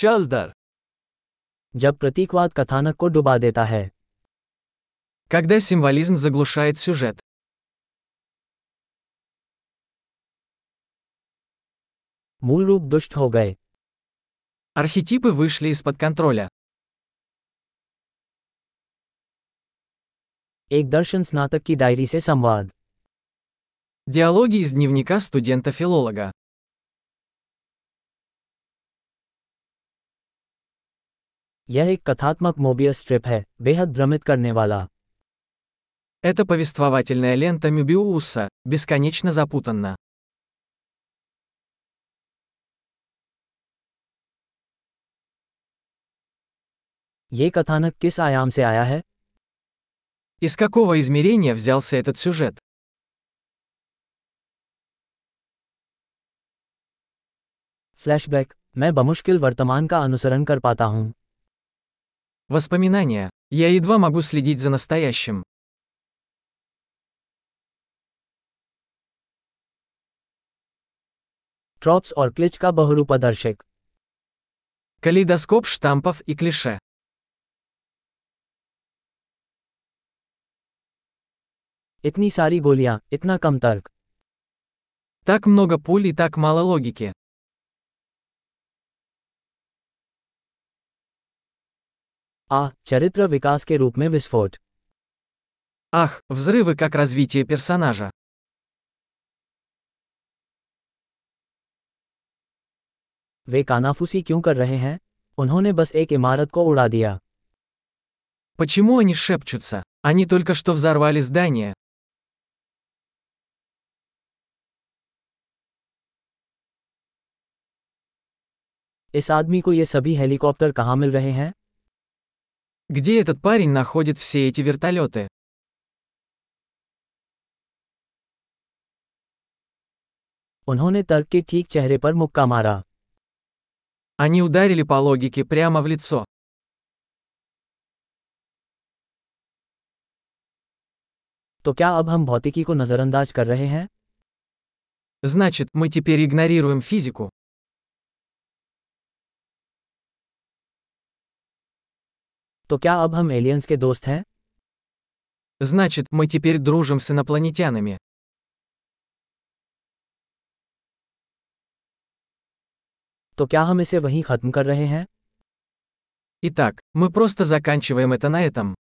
चल दर जब प्रतीकवाद कथानक को डुबा देता है Когда символизм заглушает сюжет. मूल रूप दुष्ट हो गए Архетипы вышли из-под контроля. एक दर्शन स्नातक की डायरी से संवाद Диалоги из дневника студента-филолога. यह एक कथात्मक मोबियस स्ट्रिप है बेहद भ्रमित करने वाला Это повествовательная лента Мюбиуса, бесконечно запутанна. ये कथानक किस आयाम से आया है Из какого измерения взялся этот сюжет? फ्लैशबैक मैं बमुश्किल वर्तमान का अनुसरण कर पाता हूँ Воспоминания. Я едва могу следить за настоящим. ट्रॉप्स और क्लिच का बहुरूपदर्शक Калейдоскоп штампов и клише. इतनी सारी गोलियाँ इतना कम तर्क Так много пуль и так мало логики. आ चरित्र विकास के रूप में विस्फोट Ах, взрывы как развитие персонажа. वे कानाफूसी क्यों कर रहे हैं उन्होंने बस एक इमारत को उड़ा दिया Почему они шепчутся? Они только что взорвали здание. इस आदमी को ये सभी हेलीकॉप्टर कहाँ मिल रहे हैं Где этот парень находит все эти вертолеты? उन्होंने तर्क के ठीक चेहरे पर मुक्का मारा Они ударили по логике прямо в лицо. तो क्या अब हम भौतिकी को नज़रअंदाज कर रहे हैं Значит, мы теперь игнорируем физику. तो क्या अब हम एलियंस के दोस्त हैं Значит, мы теперь дружим с инопланетянами. तो क्या हम इसे वहीं ख़त्म कर रहे हैं Итак, мы просто заканчиваем это на этом.